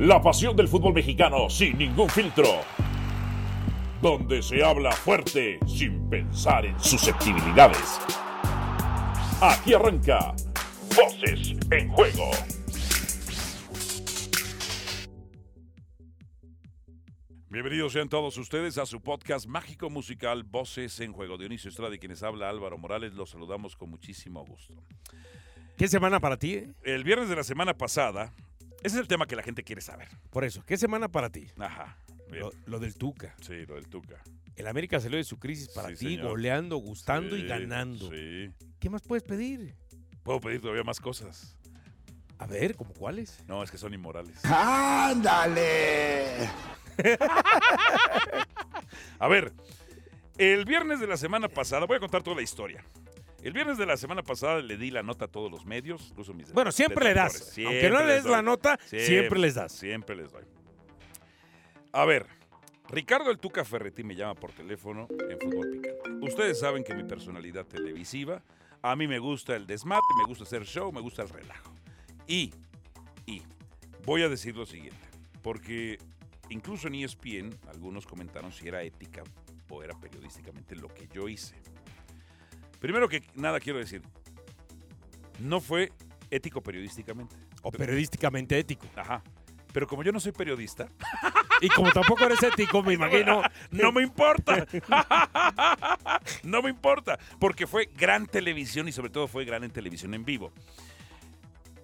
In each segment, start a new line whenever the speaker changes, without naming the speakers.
La pasión del fútbol mexicano sin ningún filtro. Donde se habla fuerte sin pensar en susceptibilidades. Aquí arranca Voces en Juego.
Bienvenidos sean todos ustedes a su podcast mágico musical Voces en Juego. Dionisio Estrada y quienes habla Álvaro Morales, los saludamos con muchísimo gusto.
¿Qué semana para ti? eh?
El viernes de la semana pasada, ese es el tema que la gente quiere saber.
Por eso, ¿qué semana para ti?
Ajá. bien.
Lo, lo del Tuca.
Sí, lo del Tuca.
El América salió de su crisis para
Sí,
ti,
señor.
goleando, gustando
Sí,
y ganando.
Sí.
¿Qué más puedes pedir?
Puedo pedir todavía más cosas.
A ver, ¿como cuáles?
No, es que son inmorales.
¡Ándale!
A ver, el viernes de la semana pasada, voy a contar toda la historia. El viernes de la semana pasada le di la nota a todos los medios, incluso mis
Bueno, siempre le das.
detractores.
Aunque no
Siempre
le des
les doy.
la nota, siempre, les das.
Siempre les doy. A ver, Ricardo El Tuca Ferretti me llama por teléfono en Fútbol Picante. Ustedes saben que mi personalidad televisiva, a mí me gusta el desmate, me gusta hacer show, me gusta el relajo. Y, y, voy a decir lo siguiente, porque incluso en E ESPN algunos comentaron si era ética o era periodísticamente lo que yo hice. Primero que nada quiero decir, no fue ético periodísticamente.
O periodísticamente ético.
Ajá. Pero como yo no soy periodista,
Y como tampoco eres ético, me imagino.
no me importa. no me importa. Porque fue gran televisión y sobre todo fue gran en televisión en vivo.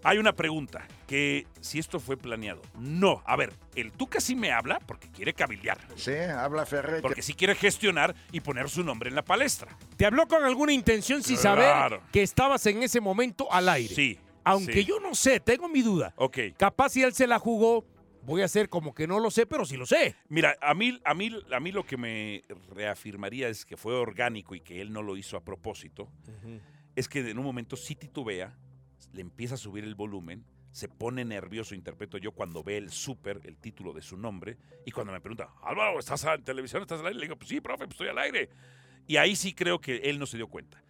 Hay una pregunta, que si esto fue planeado. No, a ver, el Tuca sí me habla porque quiere cabildear,
Sí, habla Ferrete.
porque sí quiere gestionar y poner su nombre en la palestra.
¿Te habló con alguna intención sin
Claro.
saber que estabas en ese momento al aire?
Sí.
Aunque
sí.
yo no sé, tengo mi duda.
Ok.
Capaz si él se la jugó, voy a hacer como que no lo sé, pero sí lo sé.
Mira, a mí, a, mí, a mí lo que me reafirmaría es que fue orgánico y que él no lo hizo a propósito. es que en un momento sí titubea, le empieza a subir el volumen, se pone nervioso, interpreto yo, cuando ve el súper, el título de su nombre, y cuando me pregunta, Álvaro, ¿estás en televisión? ¿Estás al aire? Le digo, pues sí, profe, pues estoy al aire. Y ahí sí creo que él no se dio cuenta.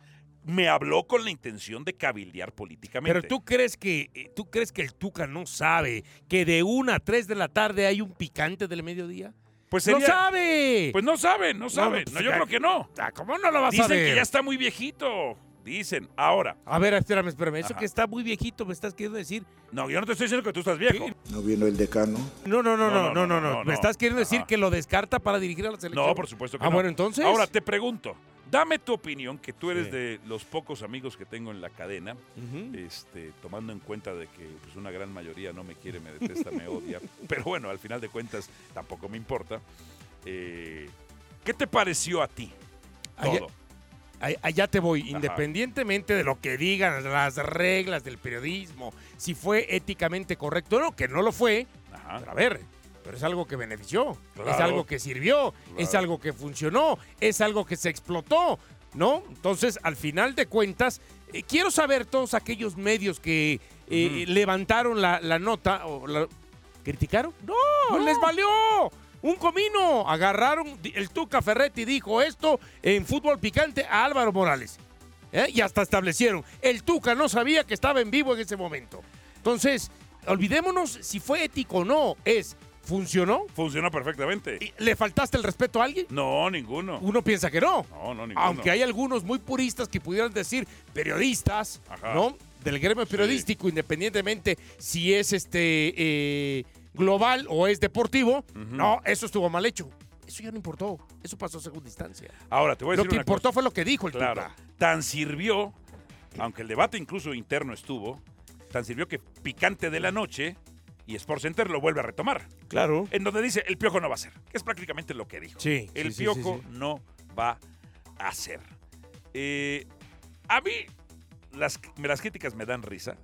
Me habló con la intención de cabildear políticamente.
Pero tú crees que eh, tú crees que el Tuca no sabe que de 1 a 3 de la tarde hay un picante del mediodía?
pues
¡No
sería-
sabe!
Pues no saben, no saben. No,
pues
yo
ya-
creo que no.
Ah, ¿Cómo no lo vas
Dicen
a ver?
que ya está muy viejito. Dicen, ahora.
A ver, espérame, espérame. Eso
Ajá.
que está muy viejito me estás queriendo decir.
No, yo no te estoy diciendo que tú estás viejo.
¿No vino el decano?
No, no, no, no, no, no,
no,
no.
no.
me estás queriendo decir
Ajá.
que lo descarta para dirigir a la selección.
No, por supuesto que
Ah,
no.
bueno, entonces.
Ahora te pregunto, dame tu opinión, que tú eres
Sí.
de los pocos amigos que tengo en la cadena,
Ujú.
este, tomando en cuenta de que pues, una gran mayoría no me quiere, me detesta, me odia, pero bueno, al final de cuentas tampoco me importa. Eh, ¿Qué te pareció a ti
Allá,
todo?
ahí- allá te voy.
Ajá.
Independientemente de lo que digan las reglas del periodismo, si fue éticamente correcto o no, que no lo fue,
Ajá.
Pero a ver, pero es algo que benefició, es
Claro.
algo que sirvió, es
Claro.
algo que funcionó, es algo que se explotó, ¿no? Entonces, al final de cuentas, eh, quiero saber todos aquellos medios que eh, levantaron la, la nota o la- criticaron. No, les valió. Un comino, agarraron, di- el Tuca Ferretti dijo esto en Fútbol Picante a Álvaro Morales. ¿eh? Y hasta establecieron, el Tuca no sabía que estaba en vivo en ese momento. Entonces, olvidémonos si fue ético o no. Es, ¿funcionó?
Funcionó perfectamente.
¿Y ¿Le faltaste el respeto a alguien?
No, ninguno.
Uno piensa que no.
No, no, ninguno.
Aunque hay algunos muy puristas que pudieran decir periodistas,
Ajá.
¿no? Del gremio periodístico, independientemente si es este eh, global o es deportivo. No, eso estuvo mal hecho. Eso ya no importó. Eso pasó a segunda instancia.
Ahora te voy a
Lo
decir
que
una
importó fue lo que dijo el
cosa. Claro.
Tuca.
Tan sirvió, aunque el debate incluso interno estuvo, tan sirvió que Picante de la Noche y Sports Center lo vuelve a retomar.
Claro.
en donde dice el piojo no va a ser, que es prácticamente lo que dijo.
Sí,
el
sí, sí,
piojo
sí, sí.
no va a ser. Eh, a mí las, me- las críticas me dan risa.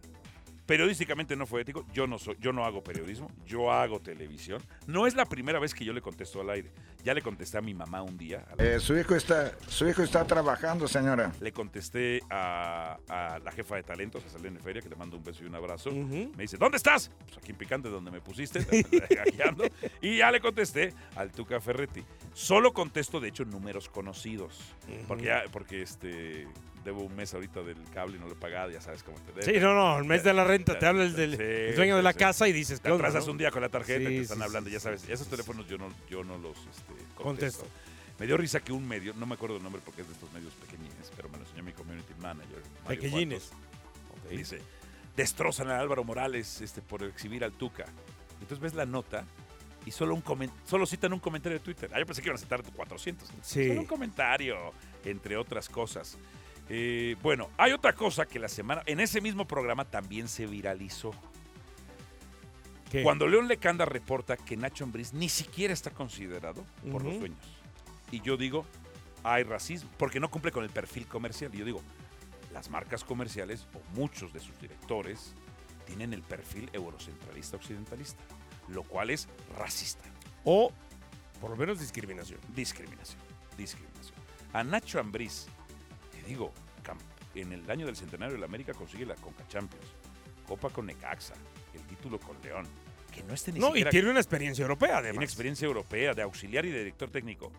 Periodísticamente no fue ético. Yo no soy, yo no hago periodismo, yo hago televisión. No es la primera vez que yo le contesto al aire. Ya le contesté a mi mamá un día. a la-
Eh, su, hijo está, su hijo está trabajando, señora.
Le contesté a, a la jefa de talentos, a Selene Feria, que le mando un beso y un abrazo.
Ujú.
Me dice, ¿dónde estás? Pues aquí en Picante, donde me pusiste. aquí ando. Y ya le contesté al Tuca Ferretti. Solo contesto, de hecho, números conocidos. Porque, ya- porque este, debo un mes ahorita del cable y no lo he pagado, ya sabes cómo te debo.
Sí, no, no, el mes de la renta te habla el, del,
Sí,
el dueño de la
sí.
casa y dices,
Te
¿qué onda,
atrasas
no?
un día con la tarjeta y
Sí,
te están
sí,
hablando,
sí,
ya sabes.
sí,
Esos
sí,
teléfonos yo no, yo no los este, contesto.
Contesto.
Me dio risa que un medio, no me acuerdo el nombre porque es de estos medios pequeñines, pero me lo enseñó mi community manager. Mario
Pequeñines.
Cuartos. Dice, destrozan a Álvaro Morales este, por exhibir al Tuca. Entonces ves la nota y solo, un comen- solo citan un comentario de Twitter. Ah, yo pensé que iban a citar 400.
Sí.
Solo un comentario, entre otras cosas. Eh, bueno, hay otra cosa que la semana, en ese mismo programa también se viralizó.
¿Qué?
Cuando León Lecanda reporta que Nacho Ambriz ni siquiera está considerado por los
Ujú.
dueños. Y yo digo, hay racismo, porque no cumple con el perfil comercial. Y yo digo, las marcas comerciales o muchos de sus directores tienen el perfil eurocentralista occidentalista, lo cual es racista.
O, por lo menos, discriminación.
Discriminación. Discriminación. A Nacho Ambriz, te digo, cam- en el año del centenario de la América consigue la Conca Champions, Copa con Necaxa, el título con León, que no esté ni
No, y
siquiera
tiene una experiencia europea, además.
tiene experiencia europea de auxiliar y de director técnico.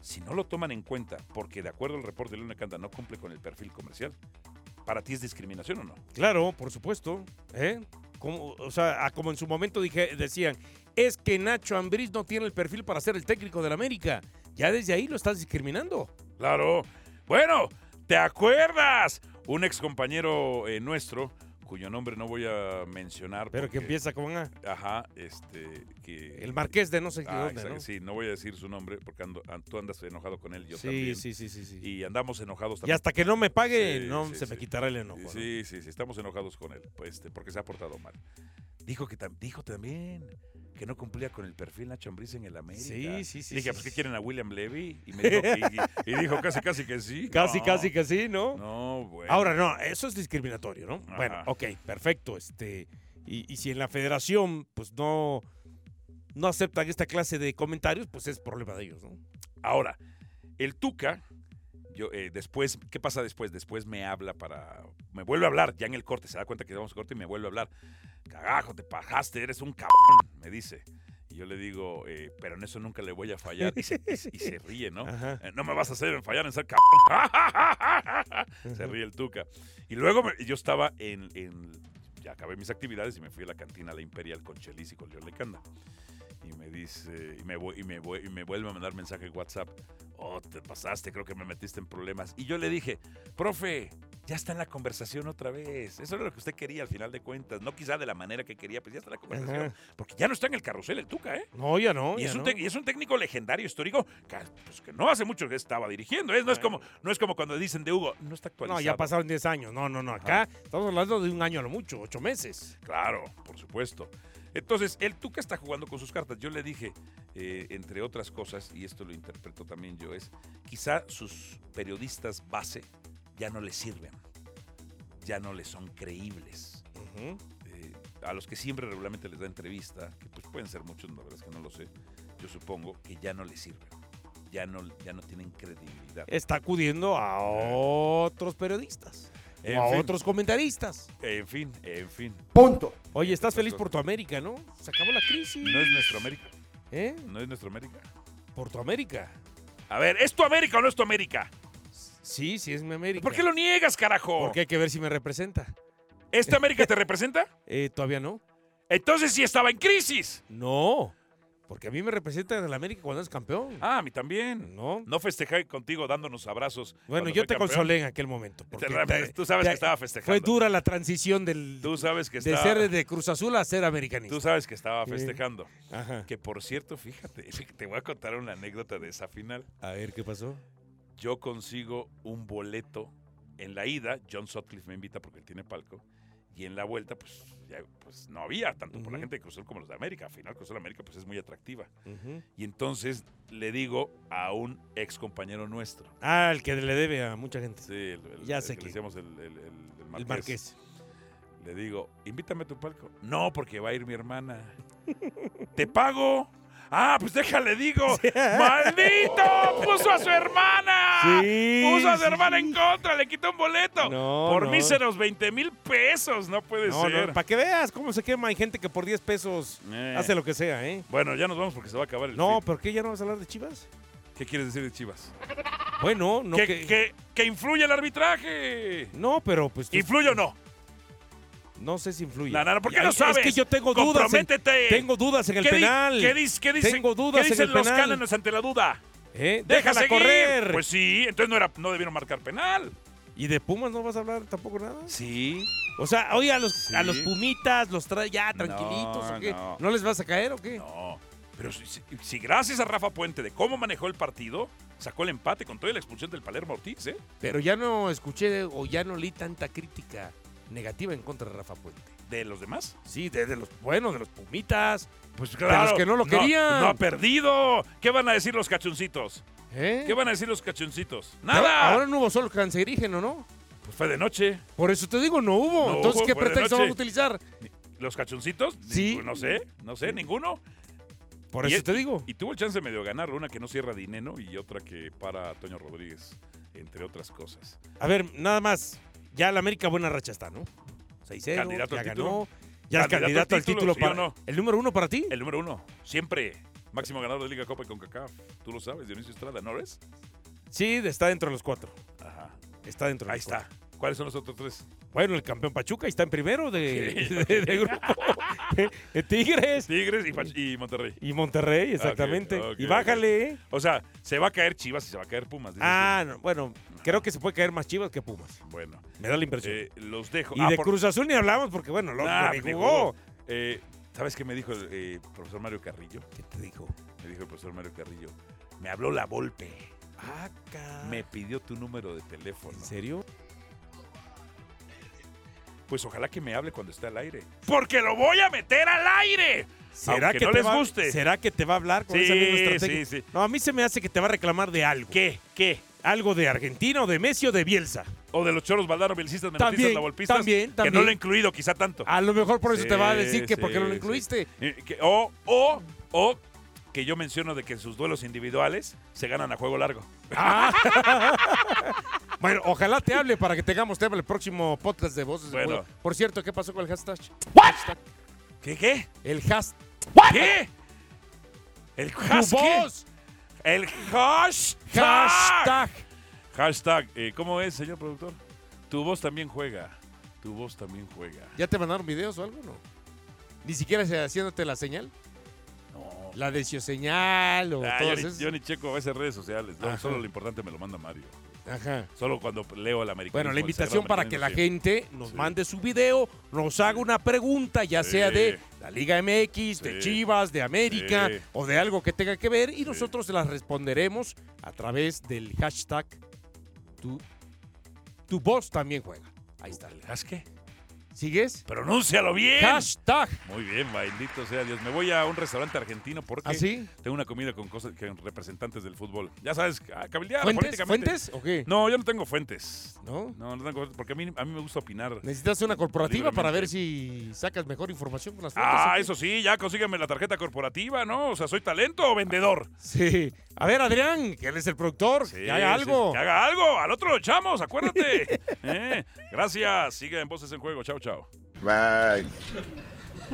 Si no lo toman en cuenta, porque de acuerdo al reporte de Luna Canta no cumple con el perfil comercial, ¿para ti es discriminación o no?
Claro, por supuesto. ¿eh? Como, o sea, a- como en su momento dije, decían, es que Nacho Ambriz no tiene el perfil para ser el técnico del América. Ya desde ahí lo estás discriminando.
Claro. Bueno, ¿te acuerdas? Un ex compañero eh, nuestro, cuyo nombre no voy a mencionar.
Pero
porque-
que empieza con A.
Ajá, este. Que,
El marqués de no sé qué
Ah,
dónde,
exacto,
¿no?
Sí, no voy a decir su nombre porque ando- an- tú andas enojado con él, yo
Sí,
también.
sí, sí, sí, sí.
Y andamos enojados
Y
también.
hasta que no me pague,
Sí,
no
sí,
se
sí.
me quitará el enojo. ¿no?
Sí, sí, sí, estamos enojados con él, pues, este, porque se ha portado mal. Dijo que tam- dijo también que no cumplía con el perfil Nacho Ambriz en el América.
Sí, sí, sí,
Le dije,
sí,
pues, ¿qué
sí.
quieren a William Levy? Y me dijo, y, y- y dijo casi, casi que sí.
Casi,
No,
casi que sí, ¿no?
No, bueno.
Ahora, no, eso es discriminatorio, ¿no?
Ajá.
Bueno, ok, perfecto. Este, y, y si en la federación, pues no, no aceptan esta clase de comentarios, pues es problema de ellos, ¿no?
Ahora, el Tuca, yo, eh, después, ¿qué pasa después? Después me habla para. Me vuelve a hablar, ya en el corte, se da cuenta que vamos a corte y me vuelve a hablar. Cagajo, te pajaste, eres un cabrón, me dice. Y yo le digo, eh, pero en eso nunca le voy a fallar. Y se, y se- y se ríe, ¿no?
Ajá.
Eh, No me vas a hacer fallar en ser cabrón. se ríe el Tuca. Y luego me- yo estaba en, en- Ya acabé mis actividades y me fui a la cantina La Imperial con Chelis y con León Lecanda. Y me dice. Y me, vu- y, me, vu- y me vuelve a mandar mensaje en WhatsApp. Oh, te pasaste, creo que me metiste en problemas. Y yo le dije, profe. Ya está en la conversación otra vez. Eso era lo que usted quería al final de cuentas. No quizá de la manera que quería, pues ya está en la conversación.
Ajá.
Porque ya no está en el carrusel el Tuca, ¿eh?
No, ya no.
Y
ya
es, un
no.
tec- y es un técnico legendario histórico que, pues, que no hace mucho que estaba dirigiendo. ¿eh? No, es como, no es como cuando dicen de Hugo, no está actualizado.
No, ya pasaron 10 años. No, no, no. Acá estamos hablando de un año a lo mucho, 8 meses.
Claro, por supuesto. Entonces, el Tuca está jugando con sus cartas. Yo le dije, eh, entre otras cosas, y esto lo interpreto también yo, es quizá sus periodistas base ya no le sirven, ya no le son creíbles. eh, a los que siempre regularmente les da entrevista, que pues pueden ser muchos, la verdad es que no lo sé, yo supongo que ya no les sirven, ya no, ya no tienen credibilidad.
Está acudiendo a otros periodistas,
Eh. En
o a
fin.
otros comentaristas.
En fin, en fin.
Oye, estás feliz por tu América, ¿no? Se acabó la crisis.
No es nuestro América.
¿Eh?
No es nuestro América.
Por tu América.
A ver, ¿es tu América o no es tu América?
Sí, sí, es mi América.
¿Por qué lo niegas, carajo?
Porque hay que ver si me representa.
¿Esta América te representa?
Eh, Todavía no.
Entonces sí estaba en crisis.
No, porque a mí me representa en el América cuando es campeón.
Ah, a mí también.
no.
No festejé contigo dándonos abrazos.
Bueno,
cuando
yo
fue
te
campeón.
consolé en aquel momento. porque
Te-
te-
tú sabes
te-
que estaba festejando.
Fue dura la transición del,
Tú sabes que
de
estaba,
ser de Cruz Azul a ser
tú
americanista.
sabes que estaba
Sí.
festejando.
Ajá.
Que por cierto, fíjate, te voy a contar una anécdota de esa final.
A ver, ¿qué pasó?
Yo consigo un boleto en la ida. John Sutcliffe me invita porque él tiene palco. Y en la vuelta, pues, ya, pues no había, tanto por la
Ujú.
gente de Cruz Azul como los de América. Al final, Cruz Azul América pues, es muy atractiva. Y entonces le digo a un ex compañero nuestro.
Ah, el que le debe a mucha gente.
Sí, el, el-
Ya
el
sé
que le
quién.
decíamos el, el- el- el
el
marqués.
Marqués.
Le digo, invítame a tu palco. No, porque va a ir mi hermana. Te pago. Ah, pues déjale, digo. ¡Maldito! ¡Puso a su hermana!
Sí,
¡Puso a su
sí,
hermana
sí.
en contra! ¡Le quitó un boleto!
No,
Por
no.
míseros 20 mil pesos. No puede
No,
ser.
no, para que veas cómo se quema. Hay gente que por 10 pesos
Eh.
hace lo que sea, ¿eh?
Bueno, ya nos vamos porque se va a acabar el
No,
feed.
¿por qué ya no vas a hablar de Chivas?
¿Qué quieres decir de Chivas?
Bueno, no
que,
que-
que- que influye el arbitraje.
No, pero pues tú-
¿Influye o no?
no sé si influye.
La nana, ¿por qué
Ay,
no sabes?
Es que yo tengo dudas. en-
Comprométete.
tengo dudas en el
¿Qué di-
penal.
¿Qué, dis- qué dicen,
Tengo
qué
dudas en
dicen
el
los
penal.
cánones ante la duda?
¿Eh?
Deja
Déjala
seguir.
correr.
Pues sí, entonces no, era, no debieron marcar penal.
¿Y de Pumas no vas a hablar tampoco nada?
Sí.
O sea, oye, a los, a los
Sí.
Pumitas los trae ya tranquilitos.
No,
¿o qué?
no.
No. les vas a caer o qué?
No. Pero si, si- si gracias a Rafa Puente de cómo manejó el partido, sacó el empate con toda la expulsión del Palermo Ortiz, ¿eh?
Pero ya no escuché o ya no leí tanta crítica negativa en contra de Rafa Puente.
De los demás.
Sí, de, de los buenos, de los Pumitas.
Pues
claro,
que no lo
no-
querían.
no
ha
ha
perdido. ¿Qué van a decir los cachoncitos?
¿eh?
¿Qué van a decir los cachoncitos?
Ahora-
¡Nada!
Ahora no hubo solo cancerígeno, ¿no?
Pues fue de noche.
Por eso te digo, no hubo.
No
Entonces,
hubo,
¿qué
fue de
pretexto
noche.
vamos a utilizar?
¿Los cachoncitos?
Sí.
Ninguno, No sé, no sé, ninguno.
Por
Y
eso
es-
te digo.
Y tuvo el chance de medio ganarlo, una que no cierra dinero y otra que para a Toño Rodríguez, entre otras cosas.
A ver, nada más. Ya la América buena racha está, ¿no? 6-0,
Candidato
ya
al título.
ganó. Ya
Candidato
es
al
candidato al
título,
título.
¿sí o
para,
no?
¿El número uno para ti?
El número uno, siempre máximo ganador de Liga Copa y CONCACAF. Tú lo sabes, Dionisio Estrada, ¿no eres?
Sí, está dentro de los cuatro.
Ajá.
Está dentro de
Ahí
los cuatro.
está. ¿Cuáles son los otros tres?
Bueno, el campeón Pachuca está en primero de, de- de grupo. Eh, Tigres
Tigres y, Pach- y Monterrey.
y Monterrey, exactamente.
ok,
y
ok.
bájale. ¿eh?
O sea, se va a caer Chivas y se va a caer Pumas. dices
Ah, no, bueno, creo que se puede caer más Chivas que Pumas.
tú. Bueno,
Me da la impresión.
eh, los dejo.
y
Ah,
de
por-
Cruz Azul "Oh". ni hablamos porque, bueno, lo
Nah,
ni
ni
jugó.
jugó. eh, ¿Sabes qué me dijo el eh, profesor Mario Carrillo?
¿Qué te dijo?
Me dijo el profesor Mario Carrillo. Me habló la Volpe. Me pidió tu número de teléfono.
Ah, ¿En serio?
Pues ojalá que me hable cuando esté al aire. Porque lo voy a meter al aire. Aunque no
te
les
va-
guste.
¿Será que te va a hablar con
Sí,
esa misma estrategia?
sí, sí.
No, a mí se me hace que te va a reclamar de algo.
¿Qué? ¿Qué?
Algo de Argentina o de Messi o de Bielsa.
O de los choros Valdano, belicistas, menotistas,
También,
lavolpistas.
también,
Que no
también.
lo he incluido quizá tanto.
A lo mejor por eso te va a
Sí,
decir que porque
sí,
no lo
sí.
incluiste.
Eh, que- o, o, o que yo menciono de que sus duelos individuales se ganan a juego largo.
Ah. Bueno, ojalá te hable para que tengamos tema en el próximo podcast de Voces. de
Bueno.
Puebla. Por cierto, ¿qué pasó con el hashtag?
¿Qué? ¿Qué?
El hashtag.
¿Qué? El
¡Tu
hashtag.
voz!
El hashtag.
¡Hashtag!
Hashtag, eh, ¿cómo es, señor productor? Tu voz también juega. Tu voz también juega.
¿Ya te mandaron videos o algo? No. Ni siquiera se- haciéndote la señal.
No.
La de señal o
Ah, yo,
todas
ni,
esas.
yo ni checo a veces redes sociales. ¿no?
Ajá.
Solo lo importante me lo manda Mario.
Ajá.
Solo cuando leo el americano.
Bueno, la invitación para que la gente nos
Sí.
mande su video, nos haga una pregunta, ya
Sí.
sea de la Liga MX,
Sí.
de Chivas, de América
Sí.
o de algo que tenga que ver y nosotros se las responderemos a través del hashtag tu, tu voz también juega. Ahí está.
¿Haz qué?
¿Sigues?
¡Pronúncialo bien!
Hashtag.
Muy bien, maldito sea Dios. Me voy a un restaurante argentino porque
¿Así?
tengo una comida con cosas con representantes del fútbol. Ya sabes, a cabildear
¿Fuentes?
políticamente.
¿Fuentes? ¿O qué?
No, yo no tengo fuentes.
¿No?
No, no tengo fuentes porque a mí, a mí me gusta opinar.
Necesitas una corporativa para ver
Libremente.
si sacas mejor información con las fuentes.
Ah,
¿o qué?
eso sí, ya consígueme la tarjeta corporativa, ¿no? O sea, ¿soy talento o vendedor?
Sí. A ver, Adrián, que él es el productor,
Ah, Sí,
que haga
sí,
algo.
que haga algo. Al otro lo echamos, acuérdate. Eh, gracias. Sigue en Voces en Juego. Chao, chao.
Bye.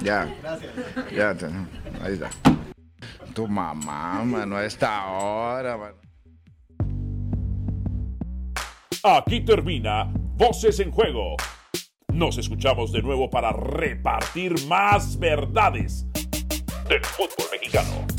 Ya. Gracias. Ya, te- ahí está. Tu mamá, mano, a esta hora, mano.
Aquí termina Voces en Juego. Nos escuchamos de nuevo para repartir más verdades del fútbol mexicano.